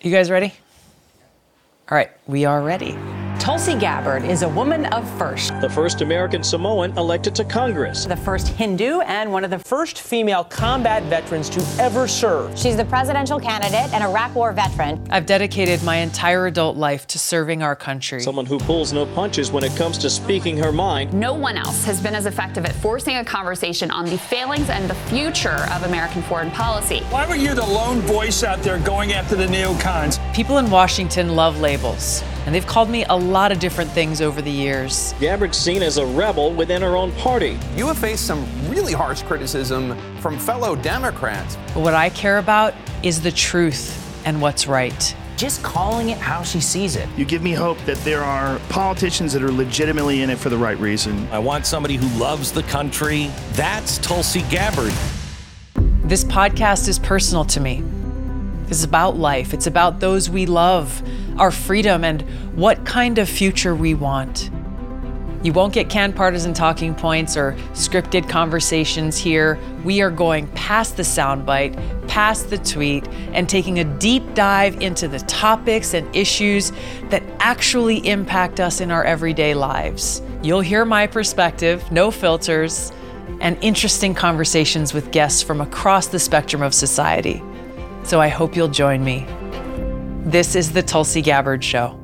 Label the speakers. Speaker 1: You guys ready? All right, we are ready.
Speaker 2: Tulsi Gabbard is a woman of first,
Speaker 3: The first American Samoan elected to Congress.
Speaker 2: the first Hindu, and one of the
Speaker 4: first female combat veterans to ever serve.
Speaker 5: She's the presidential candidate and Iraq War veteran.
Speaker 1: I've dedicated my entire adult life to serving our country.
Speaker 3: Someone who pulls no punches when it comes to speaking her mind.
Speaker 6: No one else has been as effective at forcing a conversation on the failings and the future of American foreign policy.
Speaker 7: Why were you the lone voice out there going after the neocons?
Speaker 1: People in Washington love labels, and they've called me a lot of different things over the years.
Speaker 3: Gabbard's seen as a rebel within her own party.
Speaker 8: You have faced some really harsh criticism from fellow Democrats.
Speaker 1: But what I care about is the truth and what's right.
Speaker 4: Just calling it how she sees it.
Speaker 9: You give me hope that there are politicians that are legitimately in it for the right reason.
Speaker 10: I want somebody who loves the country. That's Tulsi Gabbard.
Speaker 1: This podcast is personal to me. This is about life, it's about those we love, our freedom, and what kind of future we want. You won't get canned partisan talking points or scripted conversations here. We are going past the soundbite, past the tweet, and taking a deep dive into the topics and issues that actually impact us in our everyday lives. You'll hear my perspective, no filters, and interesting conversations with guests from across the spectrum of society. So I hope you'll join me. This is the Tulsi Gabbard Show.